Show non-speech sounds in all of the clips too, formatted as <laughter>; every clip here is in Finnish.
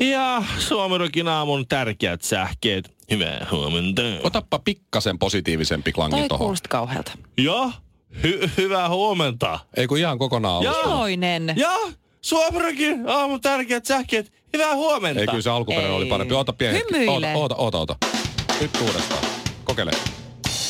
Ja Suomirokin aamun tärkeät sähkeet. Hyvää huomenta. Otappa pikkasen positiivisempi klangi Toi tohon. kuulosti kauhealta. Ja hy- hyvää huomenta. Ei kun ihan kokonaan Joo. alusta. Iloinen. Ja Suomirokin aamun tärkeät sähkeet. Hyvää huomenta. Ei kyllä se alkuperäinen Ei. oli parempi. Oota pieni hetki. Oota, Hymyile. oota, oota, oota. Nyt uudestaan. Kokeile.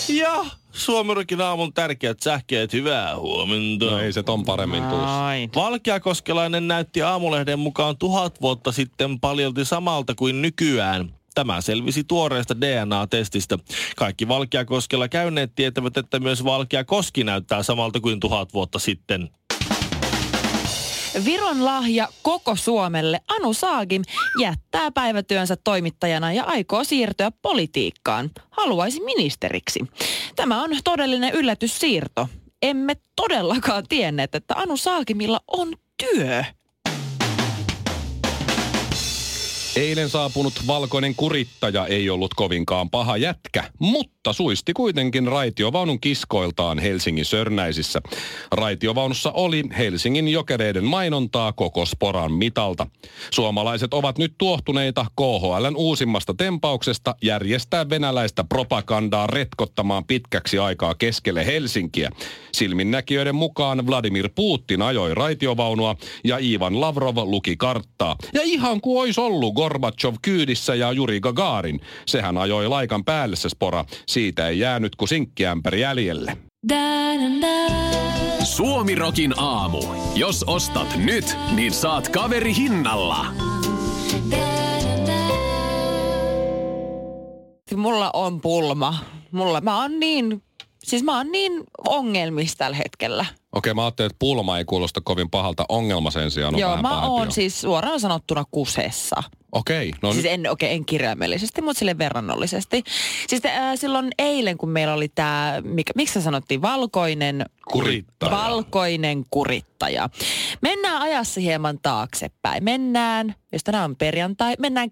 Ja Suomirokin aamun tärkeät sähkeet. Hyvää huomenta. No ei se ton paremmin tuu. Noin. Valkeakoskelainen näytti aamulehden mukaan tuhat vuotta sitten paljolti samalta kuin nykyään. Tämä selvisi tuoreesta DNA-testistä. Kaikki Valkeakoskella käyneet tietävät, että myös Valkeakoski näyttää samalta kuin tuhat vuotta sitten. Viron lahja koko Suomelle Anu Saagim jättää päivätyönsä toimittajana ja aikoo siirtyä politiikkaan. Haluaisi ministeriksi. Tämä on todellinen yllätyssiirto. Emme todellakaan tienneet, että Anu Saagimilla on työ. Eilen saapunut valkoinen kurittaja ei ollut kovinkaan paha jätkä, mutta suisti kuitenkin raitiovaunun kiskoiltaan Helsingin Sörnäisissä. Raitiovaunussa oli Helsingin jokereiden mainontaa koko sporan mitalta. Suomalaiset ovat nyt tuohtuneita KHLn uusimmasta tempauksesta järjestää venäläistä propagandaa retkottamaan pitkäksi aikaa keskelle Helsinkiä. Silminnäkijöiden mukaan Vladimir Putin ajoi raitiovaunua ja Ivan Lavrov luki karttaa. Ja ihan kuin olisi ollut Gorbachev kyydissä ja Juri Gagarin. Sehän ajoi laikan päälle se spora. Siitä ei jäänyt kuin sinkkiämpäri jäljelle. Suomirokin aamu. Jos ostat nyt, niin saat kaveri hinnalla. Mulla on pulma. Mulla, mä oon niin, siis mä oon niin ongelmissa tällä hetkellä. Okei, mä ajattelin, että pulma ei kuulosta kovin pahalta. Ongelma sen sijaan on Joo, No vähän mä pahempi oon jo. siis suoraan sanottuna kusessa. Okei, no No siis siis en, okei, en kirjaimellisesti, mutta sille verrannollisesti. Siis äh, silloin eilen, kun meillä oli tämä, miksi se sanottiin, valkoinen Kurittaja. Valkoinen kurittaja. Mennään ajassa hieman taaksepäin. Mennään, jos tänään on perjantai, mennään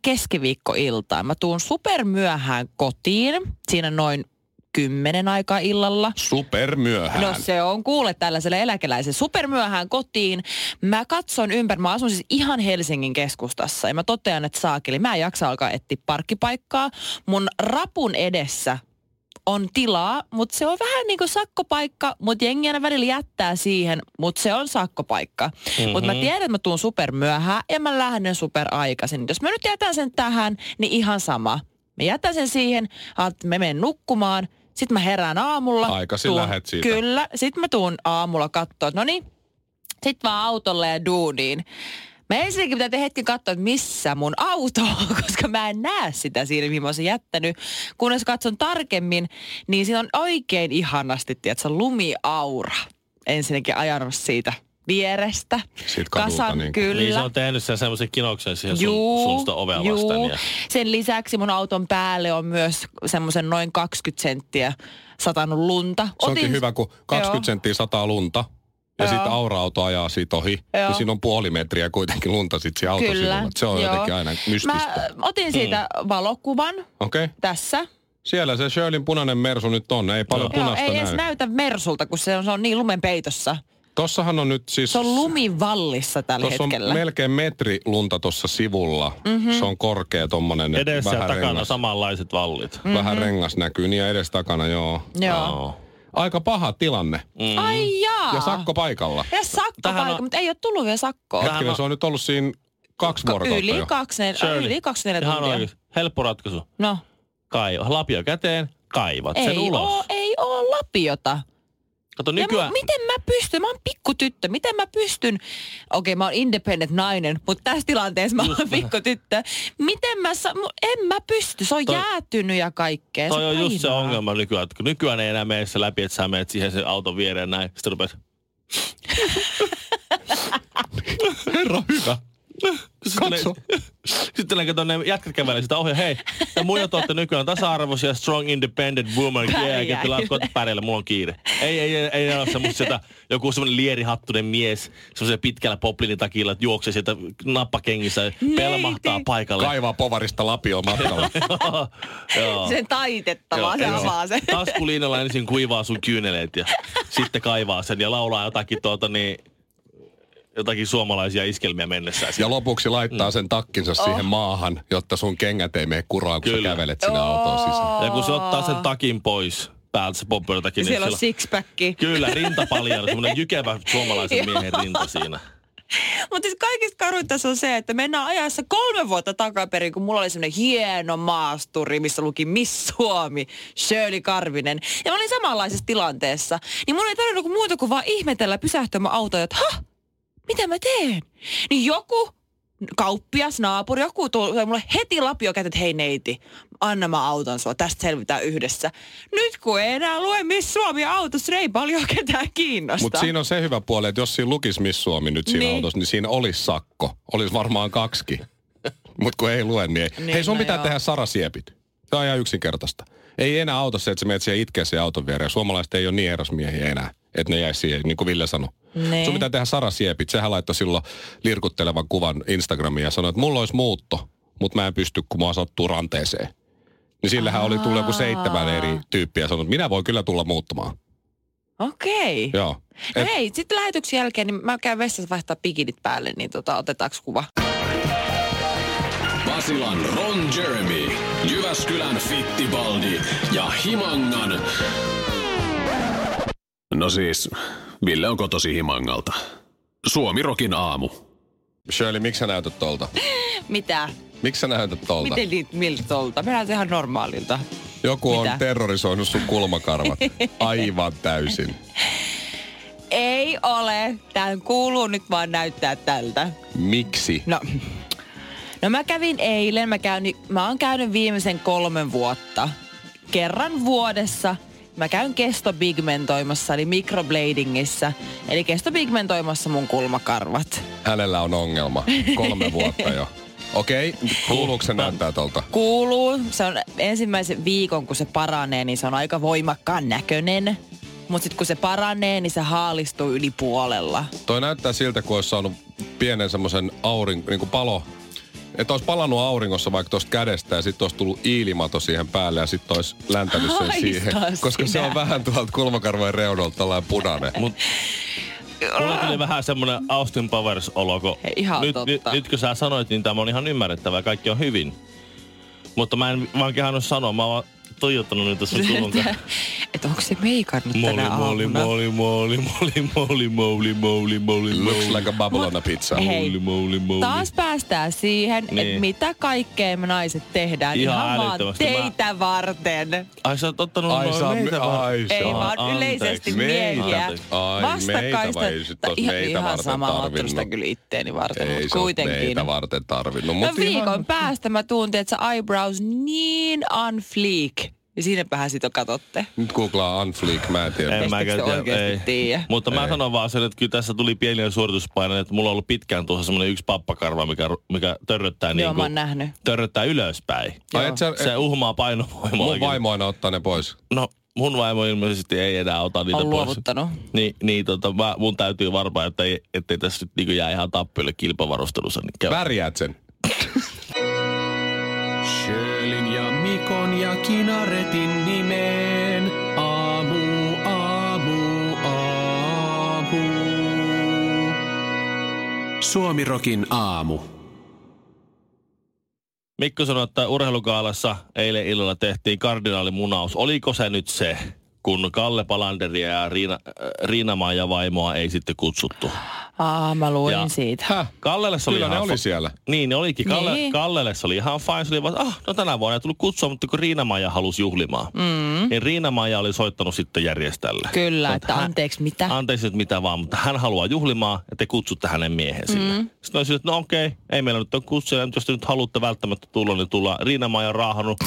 keskiviikkoiltaan. Mä tuun supermyöhään kotiin, siinä noin kymmenen aikaa illalla. super myöhään. No se on kuule tällaiselle eläkeläiselle supermyöhään kotiin. Mä katson ympäri, mä asun siis ihan Helsingin keskustassa ja mä totean, että saakeli, mä en jaksa alkaa etsiä parkkipaikkaa. Mun rapun edessä on tilaa, mutta se on vähän niin kuin sakkopaikka, mutta jengi aina välillä jättää siihen, mutta se on sakkopaikka. Mm-hmm. Mutta Mhm. mä tiedän, että mä tuun supermyöhään ja mä lähden superaikaisin. Jos mä nyt jätän sen tähän, niin ihan sama. Mä jätän sen siihen, että mä menen nukkumaan, sitten mä herään aamulla. Aikaisin tuun- lähet siitä. Kyllä, sitten mä tuun aamulla katsoa, että no niin, sit vaan autolle ja duuniin. Mä ensinnäkin pitää tehdä hetken katsoa, että missä mun auto on, <laughs> koska mä en näe sitä siinä, mihin mä oon sen jättänyt. Kunnes katson tarkemmin, niin siinä on oikein ihanasti, tiedätkö, lumiaura. Ensinnäkin ajanut siitä vierestä. Siitä kadulta niin kuin. kyllä. Niin se on tehnyt sen semmoisen kinoksen siihen sun, Juu, sun sitä ovea juu. vasten. Ja... Sen lisäksi mun auton päälle on myös semmoisen noin 20 senttiä satanut lunta. Se onkin hyvä, kun 20 Joo. senttiä sataa lunta ja sitten aura-auto ajaa siitä ohi. Joo. Ja siinä on puoli metriä kuitenkin lunta sitten siinä autosivulla. Se on joo. jotenkin aina mystistä. Mä otin siitä mm. valokuvan Okei. Okay. tässä. Siellä se Shirleyn punainen mersu nyt on. Ei paljon Joo, punasta ei näy. edes näytä mersulta, kun se on, se on niin lumen peitossa. Tossahan on nyt siis... Se on lumivallissa tällä Tuossa on hetkellä. Mhm. melkein metri lunta tuossa sivulla. Mm-hmm. Se on korkea tommonen. että Edessä ja vähän takana rengas, samanlaiset vallit. Vähän rengas näkyy. Niin ja edes takana, joo. Mhm. Joo. Aika paha tilanne. Mm. Ai jaa. Ja sakko paikalla. Ja sakko Tähän paikka, on- mutta ei ole tullut vielä sakkoa. Tähän Hetkinen, on- se on nyt ollut siinä kaksi vuorokautta Yli jo. kaksi, neljä, Shirley, yli kaksi neljä Ihan tuntia. oikein. Helppo ratkaisu. No, Kaiva. Lapio käteen, kaivat sen ei ulos. oo, ei oo lapiota. Kato Nykyään... Ja nykyään... mu- miten mä pystyn? Mä oon pikkutyttö. Miten mä pystyn? Okei, mä oon independent nainen, mutta tässä tilanteessa mä oon pikkutyttö. Miten mä sa- mu- En mä pysty. Se on Toi- toi, jäätynyt ja kaikkea. Toi on on just se painaa. ongelma nykyään, että kun nykyään ei enää mene se läpi, että sä menet siihen sen auton viereen näin, sitten rupes... Herra hyvä. Sitten Katso. Ne, sitten ne kato, ne jätkät kävelee sitä ohi. Hei, te muijat olette nykyään tasa-arvoisia, strong independent woman. Yeah, Pärjää get the life, kyllä. got- pärjällä, mulla on kiire. Ei, ei, ei, ei ole semmoista sieltä, joku semmoinen lierihattunen mies, semmoisella pitkällä poplinin takilla, että juoksee sieltä nappakengissä, pelmahtaa paikalle. Kaivaa povarista lapio matkalla. Joo. Sen taitettavaa, se Joo, avaa sen. Taskuliinalla ensin kuivaa sun kyyneleet ja sitten kaivaa sen ja laulaa jotakin tuota niin, jotakin suomalaisia iskelmiä mennessään. Ja lopuksi laittaa sen takkinsa oh. siihen maahan, jotta sun kengät ei mene kuraan, kun Kyllä. Kyllä. sä kävelet sinne oh. autoon sisään. Ja kun se ottaa sen takin pois päältä se poppertakin. Ja siellä on sixpacki. Kyllä, rinta paljon, semmoinen jykevä suomalaisen Joo. miehen rinta siinä. Mutta siis kaikista karuin tässä on se, että mennään ajassa kolme vuotta takaperin, kun mulla oli semmoinen hieno maasturi, missä luki Miss Suomi, Shirley Karvinen. Ja mä olin samanlaisessa tilanteessa. Niin mun ei tarvinnut muuta kuin vaan ihmetellä pysähtymään autoa, että ha, mitä mä teen? Niin joku kauppias, naapuri, joku tulee mulle heti lapio käteen, että hei neiti, anna mä auton sua, tästä selvitään yhdessä. Nyt kun ei enää lue Miss Suomi autossa, niin ei paljon ketään kiinnosta. Mutta siinä on se hyvä puoli, että jos siinä lukisi Miss Suomi nyt siinä Niin. niin. autossa, niin siinä olisi sakko. Olisi varmaan kaksikin. Mutta kun ei lue, niin ei. Niin, Niin, Hei, sun no no pitää joo. joo. tehdä sarasiepit. Tämä on ihan yksinkertaista. Ei enää autossa, että sä menet siihen itkeen siihen auton viereen. Suomalaiset ei ole niin erosmiehiä enää, että ne jäisi siihen, niin kuin Ville sanoi. Niin. Sun pitää tehdä sarasiepit. Sehän laittoi silloin lirkuttelevan kuvan Instagramiin ja sanoi, että mulla olisi muutto, mutta mä en pysty, kun mua sattuu ranteeseen. Niin sillähän oli tullut joku seitsemän eri tyyppiä ja sanoi, että minä voin kyllä tulla muuttumaan. Okei. Joo. No hei, sitten lähetyksen jälkeen niin mä käyn vessassa vaihtaa pikinit päälle, niin tota, otetaanko kuva? Pasilan Ron Jeremy, Jyväskylän Fittibaldi ja Himangan... No siis, Ville on kotosi Himangalta. Suomirokin aamu. Shirley, miksi sä näytät tolta? Mitä? Miksi sä näytät tolta? Miten niitä miltä tolta? Me näytän ihan normaalilta. Joku on Mitä? terrorisoinut sun <laughs> kulmakarvat aivan täysin. Ei ole. Tää kuuluu nyt vaan näyttää tältä. Miksi? No. No mä kävin eilen, mä, käyn, niin mä oon käynyt viimeisen kolmen vuotta. Kerran vuodessa mä käyn kestopigmentoimassa, eli microbladingissa. Eli kestopigmentoimassa mun kulmakarvat. Hänellä on ongelma. Kolme vuotta jo. Okei, okay. kuuluuko se näyttää tolta? Kuuluu. Se on ensimmäisen viikon, kun se paranee, niin se on aika voimakkaan näköinen. Mutta sitten kun se paranee, niin se haalistuu yli puolella. Toi näyttää siltä, kun olisi saanut pienen semmoisen aurinko, niin kuin palo. Että olisi palannut auringossa vaikka tuosta kädestä ja sitten olisi tullut iilimato siihen päälle ja sitten olisi läntänyt sen Haista siihen. Koska se sinä. on vähän tuolta kulmakarvojen reunalta tällainen punainen. Mut mulla tuli vähän semmonen Austin Powers-olo, kun Hei, ihan nyt, totta. nyt, nyt kun sä sanoit, niin tämä on ihan ymmärrettävää, kaikki on hyvin. Mutta mä en vaan kehannut sanoa, mä oon vaan tuijottanut nyt <laughs> tässä kulun kanssa. Että onko se meikannut Moli, tänä moli, aamuna? moli, moli, moli, moli, moli, moli, moli, Looks moli. like a bubble on a pizza. Hei. Moli, moli, moli. Taas päästään siihen, niin. että Niin. mitä kaikkea me naiset tehdään Ihan ihan, vaan älyttömästi. Mä- teitä varten. Ai sä oot ottanut Ai noin sä oot- meitä vaan. ai sä Ei oot- vaan anteeksi. yleisesti Meitä. miehiä. Ai, meitä vai ei sit tai ois ihan, meitä ihan varten sama, mä oon tarvinnut. sitä kyllä itteeni varten, Ei mutta se kuitenkin. kuitenkin. meitä varten tarvinnut. No Mut viikon ihan- päästä mä tuntin, että se eyebrows niin on fleek. Ja siinäpähän sit on katsotte. Nyt googlaa Unfleek, mä en tiedä. En Estäkö mäkään se tiedä, oikeasti ei. tiedä? Mutta mä sanon vaan sen, että kyllä tässä tuli pieniä suorituspaine, että mulla on ollut pitkään tuossa semmoinen yksi pappakarva, mikä, mikä törröttää, Joo, niin mä oon nähnyt. törröttää ylöspäin. Ai, et sä, et, Se uhmaa painovoimaa. mun oikein. vaimo aina ottaa ne pois. No, mun vaimo ilmeisesti ei enää ota niitä On pois. luovuttanut. Niin, niin tota, mä, mun täytyy varmaan, että ei, ettei tässä nyt niinku jää ihan tappiolle kilpavarustelussa. Niin käy. Värjäät sen. Sjölin ja Mikon ja Kinaretin nimeen. Aamu, aamu, aamu. Suomirokin aamu. Mikko sanoi, että urheilukaalassa eilen illalla tehtiin kardinaalimunaus. Oliko se nyt se, kun Kalle Palanderia ja Riina, äh, Riinamaa ja vaimoa ei sitten kutsuttu? Aa, mä luin Ja- siitä. Häh? Kallelle se oli Kyllä ihan ne fa- oli siellä. Niin, ne olikin. Kalle, Niin. niin. Kallelle se oli ihan fine. Se oli vaan, ah, no tänä vuonna ei tullut kutsua, mutta kun Riinamaja halusi juhlimaan. Mm. Niin Riinamaja oli soittanut sitten järjestäjälle. Kyllä, Sanoi, että hän- anteeksi mitä. Anteeksi nyt mitä vaan, mutta hän haluaa juhlimaan ja te kutsutte hänen miehen sinne. Mm. Sitten olisin, että no okei, ei meillä nyt ole kutsuja, mutta jos te nyt haluatte välttämättä tulla, niin tulla. Riinamaja on raahannut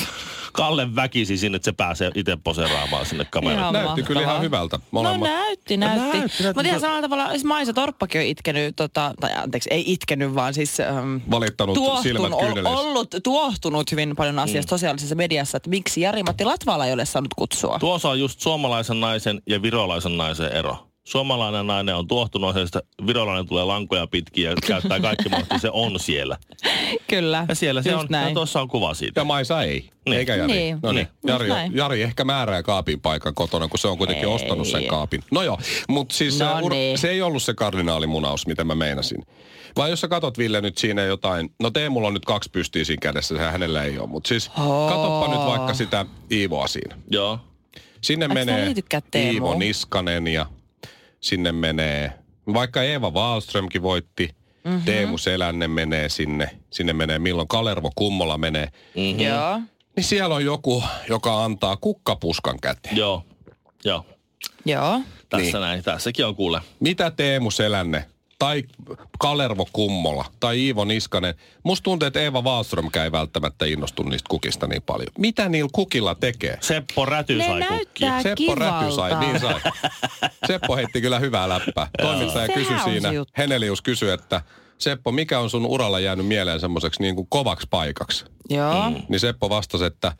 Kalle väkisi sinne, että se pääsee itse poseeraamaan sinne kameraan. Ihan Näytti kyllä mahtavaa. ihan hyvältä. No Molemmat. näytti, No näytti. näytti, näytti. Mutta ihan samalla tavalla siis Maisa Torppakin itsekin on itkenyt, tota, tai anteeksi, ei itkenyt, vaan siis ähm, Valittanut silmät ol- kyyneleessä. ollut tuohtunut hyvin paljon asiasta Mm. sosiaalisessa mediassa, että miksi Jari-Matti Latvala ei ole saanut kutsua. Tuossa on just suomalaisen naisen ja virolaisen naisen ero. Suomalainen nainen on tuohtunut asiasta, virolainen tulee lankoja pitkin ja käyttää kaikki mahti, se on siellä. Kyllä, Ja siellä se just on, ja näin. tuossa on kuva siitä. Ja Maisa ei. Niin. Eikä Jari. Niin. No niin. Niin. Jari, Just näin. Jari ehkä määrää kaapin paikan kotona, kun se on kuitenkin Ei. ostanut sen kaapin. No joo, mutta siis se, No ur- niin. se ei ollut se kardinaalimunaus, mitä mä meinasin. Vai jos sä katot Ville nyt siinä jotain, no Teemulla on nyt kaksi pystiä siinä kädessä, se hänellä ei ole, mutta siis Oo. katoppa nyt vaikka sitä Iivoa siinä. Joo. Sinne Ai, sä menee ei tykkää Teemua. Iivo Niskanen ja sinne menee, vaikka Eeva Wallströmkin voitti, Mhm. mm-hmm. Teemu Selänne menee sinne, sinne menee milloin Kalervo Kummola menee. Mm-hmm. Joo. Niin siellä on joku, joka antaa kukkapuskan käteen. Joo. Joo. Joo. Tässä Niin. näin. Tässäkin on kuule. Mitä Teemu Selänne tai Kalervo Kummola tai Iivo Niskanen, musta tuntuu, että Eeva Wallströmkään ei välttämättä innostu niistä kukista niin paljon. Mitä niillä kukilla tekee? Seppo Räty Ne sai kukkia. näyttää Seppo Räty sai, kivalta. niin sai. Seppo heitti kyllä hyvää läppää. Toimittaja Siis sehän kysyi on siinä, se juttu. Henelius kysyi, että Seppo, mikä on sun uralla jäänyt mieleen semmoiseksi niin kuin kovaksi paikaksi? Joo. Niin Seppo vastasi, että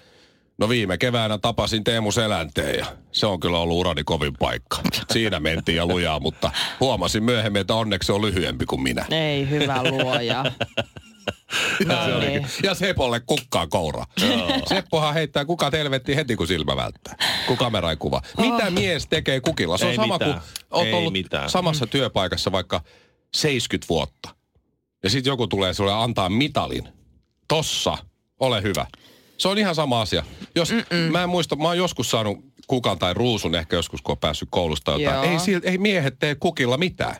no viime keväänä tapasin Teemu Selänteen ja se on kyllä ollut urani kovin paikka. Siinä mentiin ja lujaa, mutta huomasin myöhemmin, että onneksi se on lyhyempi kuin minä. Ei, hyvä <laughs> luoja. Ja, se No olikin- niin. ja Sepolle kukkaa koura. Seppohan heittää kuka telvetti heti, kun silmä välttää. Kun kamera ei kuva. Mitä mies tekee kukilla? Se on Ah. Ei sama mitään. kuin oot Ei ollut mitään. samassa työpaikassa vaikka 70 vuotta. Ja sitten joku tulee sulle antaa mitalin. Tossa, ole hyvä. Se on ihan sama asia. Jos, mä en muista, mä oon joskus saanut kukan tai ruusun ehkä joskus, kun on päässyt koulusta Joo. jotain. Ei, silt- ei miehet tee kukilla mitään.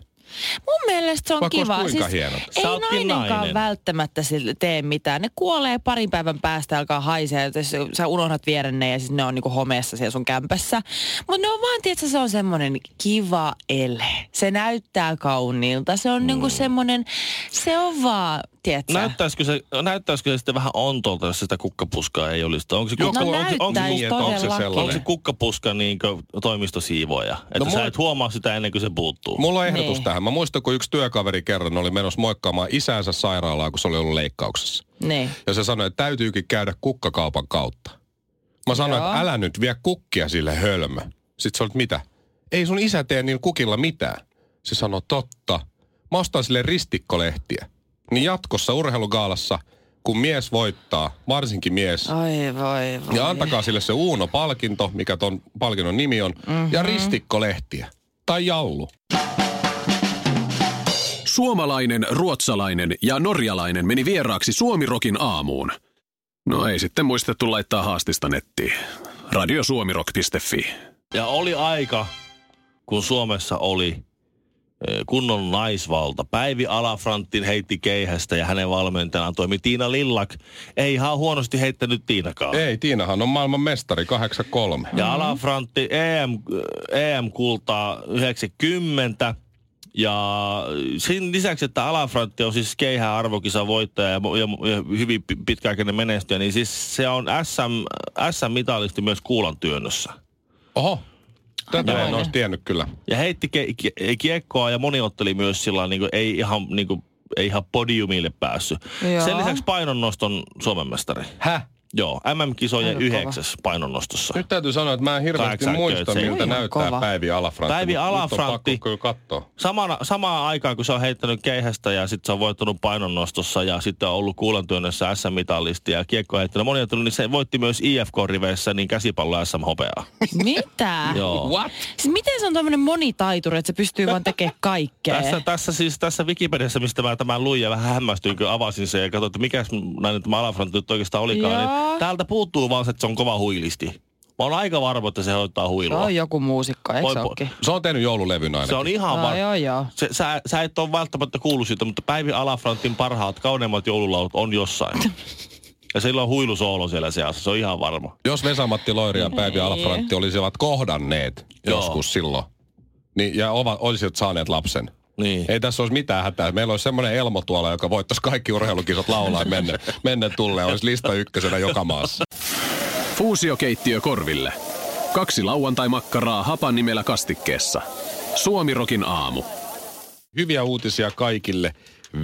Mun mielestä se on Vaikka olisi kiva. Siis kuinka hienot. ei Sä ootkin nainenkaan nainen. välttämättä sille tee mitään. Ne kuolee parin päivän päästä, alkaa haisee. ja Jos sä unohdat viedä ne ja sitten ne on niinku homeessa siellä sun kämpässä. Mutta ne on vaan, tietysti se on semmoinen kiva ele. Se näyttää kauniilta. Se on Mm. niinku semmoinen, se on vaan, tiedätkö? Näyttäisikö se, näyttäisikö se sitten vähän ontolta, jos sitä kukkapuskaa ei olisi? Onko se, Joo, kukka, no onko- onko, näyttäisi onko, niin, että onko se todellakin. sellainen? onko se kukkapuska niin toimistosiivoja? Että No no, sä mulla- et huomaa sitä ennen kuin se puuttuu. Mulla on ehdotus Niin. tähän. Mä muistan, kun yksi työkaveri kerran oli menossa moikkaamaan isänsä sairaalaa, kun se oli ollut leikkauksessa. Niin. Ja se sanoi, että täytyykin käydä kukkakaupan kautta. Mä sanoin, Joo. että älä nyt vie kukkia sille hölmö. Sitten sä olet, mitä? Ei sun isä tee niillä kukilla mitään. Se sanoi, totta. Mä ostan sille ristikkolehtiä. Niin jatkossa urheilugaalassa, kun mies voittaa, varsinkin mies, Ai voi voi. ja antakaa sille se Uuno-palkinto, mikä ton palkinnon nimi on, mm-hmm. ja ristikkolehtiä. Tai jallu. Suomalainen, ruotsalainen ja norjalainen meni vieraaksi Suomirokin aamuun. No ei sitten muistettu laittaa haastista nettiin. Radiosuomirok.fi Ja oli aika, kun Suomessa oli ö, kunnon naisvalta. Päivi Alafranttin heitti keihästä ja hänen valmentajanaan toimi Tiina Lillak. Ei ihan huonosti heittänyt Tiinakaan. Ei, Tiinahan on maailman mestari, 83. Ja Alafrantti E EM, EM-kultaa 90. Ja sen lisäksi, että Alafrantti on siis keihään arvokisan voittaja ja, mo- ja, mo- ja hyvin pi- pitkäaikainen menestyjä, niin siis se on SM, SM-mitalisti myös kuulan työnnössä. Oho, tätä en Joo. olisi tiennyt kyllä. Ja heitti ke- kie- kiekkoa ja moni otteli myös sillä niin kuin, ei ihan niin kuin, ei ihan podiumille päässyt. Joo. Sen lisäksi painonnoston Suomen mestari. Häh? Joo, MM-kisojen Aika kova. yhdeksäs painonnostossa. Nyt täytyy sanoa, että mä en hirveästi 87. muista, miltä Aivan näyttää kova. Päivi Alafrantti. Päivi mut Alafrantti. Nyt on pakko kyllä katsoa. Samana, samaan aikaan, kun se on heittänyt keihästä ja sitten se on voittanut painonnostossa ja sitten on ollut kuulantyönnössä SM-mitalisti ja kiekko heittänyt moni ottanut, niin se voitti myös IFK-riveissä niin käsipallo <laughs> SM-hopeaa. Mitä? Joo. What? Siis miten se on tämmöinen monitaituri, että se pystyy vaan tekemään kaikkea? Tässä, tässä siis tässä Wikipediassa, mistä mä tämän luin ja vähän hämmästyin, kun avasin sen ja katsoin, että mikä näin tämä Alafront nyt oikeastaan olikaan. Joo. Niin täältä puuttuu vaan se, että se on kova huilisti. Mä oon aika varma, että se hoitaa Se huilua. on joku muusikko, eikö Voi se po- ookin? Se on tehnyt joululevyn ainakin. se on ihan No, varma. joo, joo. Se, sä, sä et ole välttämättä kuullut siitä, mutta Päivi Alafrantin parhaat, kauneimmat joululaulut on jossain. Ja sillä on huilusoolo siellä seassa, se on ihan varma. Jos Vesamatti Loiri ja Päivi Alafrantti olisivat kohdanneet Joo. joskus silloin, niin, ja ova, olisivat saaneet lapsen. Niin. Ei tässä olisi mitään hätää. Meillä olisi semmoinen Elmo tuolla, joka voittaisi kaikki urheilukisat laulaa ja menne, menne tulle. Olisi lista ykkösenä joka maassa. Fuusiokeittiö korville. Kaksi lauantai-makkaraa hapan nimellä kastikkeessa. Suomirokin aamu. Hyviä uutisia kaikille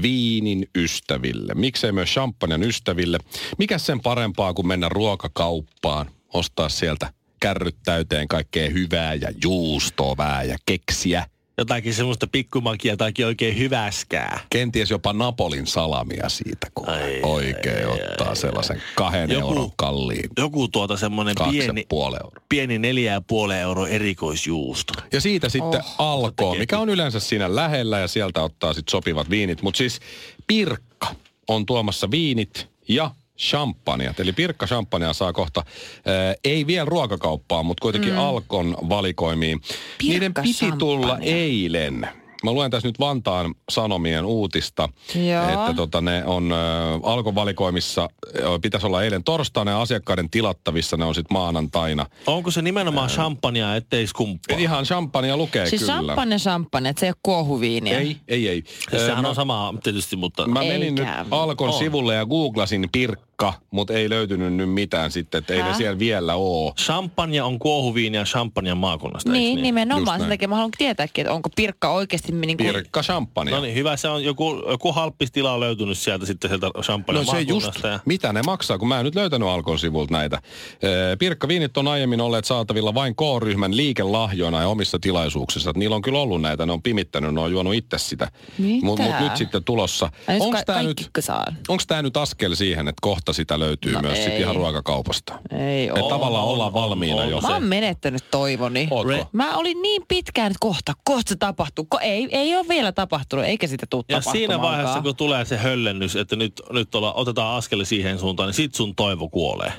viinin ystäville. Miksei myös champagnen ystäville. Mikä sen parempaa kuin mennä ruokakauppaan, ostaa sieltä kärryt täyteen kaikkea hyvää ja juustovää ja keksiä. Jotakin semmoista pikkumakia tai oikein hyväskää. Kenties jopa Napolin salamia siitä, kun Ai, oikein ottaa sellaisen kahden Joku- euron kalliin. Joku tuota semmoinen Kaksi ja pieni, puoli euroa. pieni neljä ja puoli euro erikoisjuusto. Ja siitä sitten oh, alkoo, mikä on yleensä siinä lähellä ja sieltä ottaa sitten sopivat viinit. Mutta siis Pirkka on tuomassa viinit ja champagnea. Eli Pirkka champagnea saa kohta, äh, ei vielä ruokakauppaan, mutta kuitenkin mm. Alkon valikoimiin. Pirkka Niiden piti tulla champagnea. eilen. Mä luen tässä nyt Vantaan Sanomien uutista, Joo. että tota, ne on äh, Alkon valikoimissa, äh, pitäisi olla eilen torstaina ja asiakkaiden tilattavissa, ne on sitten maanantaina. Onko se nimenomaan champagnea, ettei skumppaa? Ihan champagnea lukee Siis kyllä. champagne, champagne, että se ei ole kuohuviiniä. Ei, ei, ei. Ö, Sehän mä, on sama tietysti, mutta... mä Eikä. menin nyt Alkon On. sivulle ja googlasin Pirkka, mutta ei löytynyt nyt mitään sitten, että ei ne Häh? siellä vielä oo. Champagne on kuohuviiniä champagnen maakunnasta, eiks Niin, Just nimenomaan. näin. Sen takia mä haluan tietääkin, että onko Pirkka oikeasti niin kuin Pirkka champagne. No niin, hyvä. Se on joku, joku halppistila on löytynyt sieltä sitten sieltä champagne No se just, Ja... mitä ne maksaa, kun mä en nyt löytänyt Alkon sivulta näitä. Ee, Pirkkaviinit on aiemmin olleet saatavilla vain K-ryhmän liikelahjoina ja omissa tilaisuuksissa. Et Niillä on kyllä ollut näitä, ne on pimittänyt, ne on juonut itse sitä. Mitä? Mutta mut nyt sitten tulossa. Ai nyt Onko ka- tämä kaikki nyt, saa? onks tää nyt askel siihen, että kohta sitä löytyy No myös sit ei. ihan ruokakaupasta? Ei Että oo. tavallaan on, ollaan on, valmiina on jo. Mä oon menettänyt toivoni. Ootko? Re- Mä olin niin pitkään, että kohta, kohta se tapahtuu. Ko, ei, ei ole vielä tapahtunut, eikä sitä tule ja siinä vaiheessa, kun tulee se höllennys, että nyt, nyt olla, otetaan askel siihen suuntaan, niin sit sun toivo kuolee.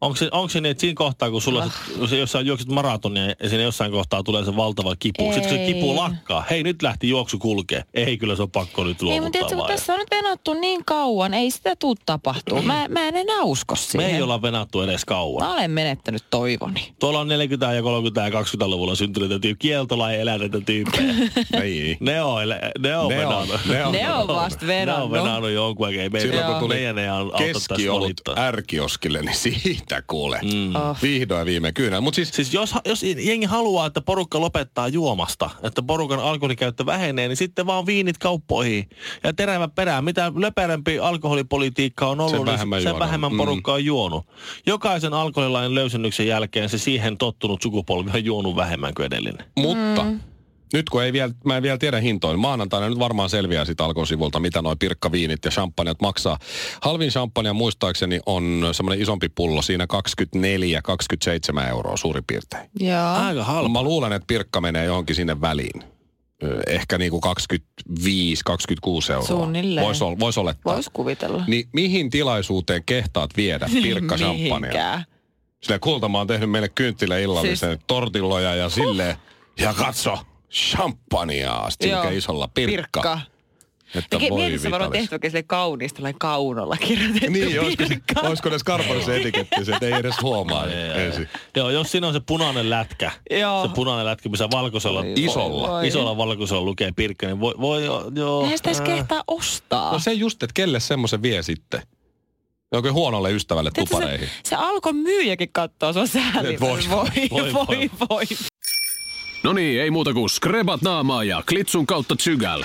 Onko se, onko se niin, että siinä kohtaa, kun sulla, Ah. se, jos sä juokset maratonia ja siinä jossain kohtaa tulee se valtava kipu, sitten kun se Ei. kipu lakkaa, hei nyt lähti juoksu kulkee. Ei, kyllä se on pakko nyt Ei, mutta luovuttaa tiedätkö, kun vaan. tässä on nyt venottu niin kauan, ei sitä tule tapahtua. Mä, mä en enää usko Me siihen. Ah. ei olla venattu edes kauan. Mä olen menettänyt toivoni. Tuolla on 40- ja 30- ja 20-luvulla syntyneitä tyyppejä, kieltola ei eläneitä <laughs> tyyppejä. Ei. ne on, ele- ne on Ne on, venannut. ne on. Ne on vasta Ne on verannut. venannut jonkun aikaa. Me Silloin kun tuli meidän ei auta tästä keskiolut valittaa. ärkioskille, niin siitä kuulet. Mm. Oh. Vihdoin viime kyynä. Mutta siis Siis jos, jos jengi haluaa, että porukka lopettaa juomasta, että porukan alkoholikäyttö vähenee, niin sitten vaan viinit kauppoihin ja terävä perään. Mitä löperempi alkoholipolitiikka on ollut, Sen vähemmän niin sen juodaan. vähemmän Mm. porukka on juonut. Jokaisen alkoholilain löysennyksen jälkeen se siihen tottunut sukupolvi on juonut vähemmän kuin edellinen. Mutta mm. nyt kun ei vielä, mä en vielä tiedä hintoja, niin maanantaina nyt varmaan selviää siitä alkosivulta, mitä noi pirkkaviinit ja champagneat maksaa. Halvin champagne muistaakseni on semmoinen isompi pullo, siinä 24-27 euroa suurin piirtein. Joo. Aika halpa. Mä luulen, että pirkka menee johonkin sinne väliin. Ö, Ehkä niinku 25-26 euroa. Suunnilleen. Voisi ol, vois olettaa. Vois kuvitella. Niin mihin tilaisuuteen kehtaat viedä pirkka champagnea? Niin, Mihinkään. Sillä kulta mä oon tehnyt meille kynttiläillallisen Siis- siis... tortilloja ja silleen. Ja katso, champagnea sitten Joo. oikein isolla pirkka. Pirkka. Että Mikä- voi Mietissä varmaan vitalis. tehty oikein sille kauniista, tällainen kaunolla kirjoitettu Niin, olisiko, se, pirkka. olisiko ne skarpani se etiketti, se, että ei edes huomaa Ai, ai, ai. ensin. Joo, jos siinä on se punainen lätkä, Joo. se punainen lätkä, missä valkoisella, Isolla. Voi. isolla valkoisella lukee pirkkä, niin voi, voi joo. Äh. Eihän sitä edes kehtaa ostaa. No se just, että kelle semmoisen vie sitten? Jokin huonolle ystävälle Tiedätkö, tupareihin. Se, se alkoi myyjäkin katsoa, se on sääli. Et voi. voi, Voi, voi, voi. voi, voi. No niin, ei muuta kuin skrebat naamaa ja klitsun kautta tsygäl.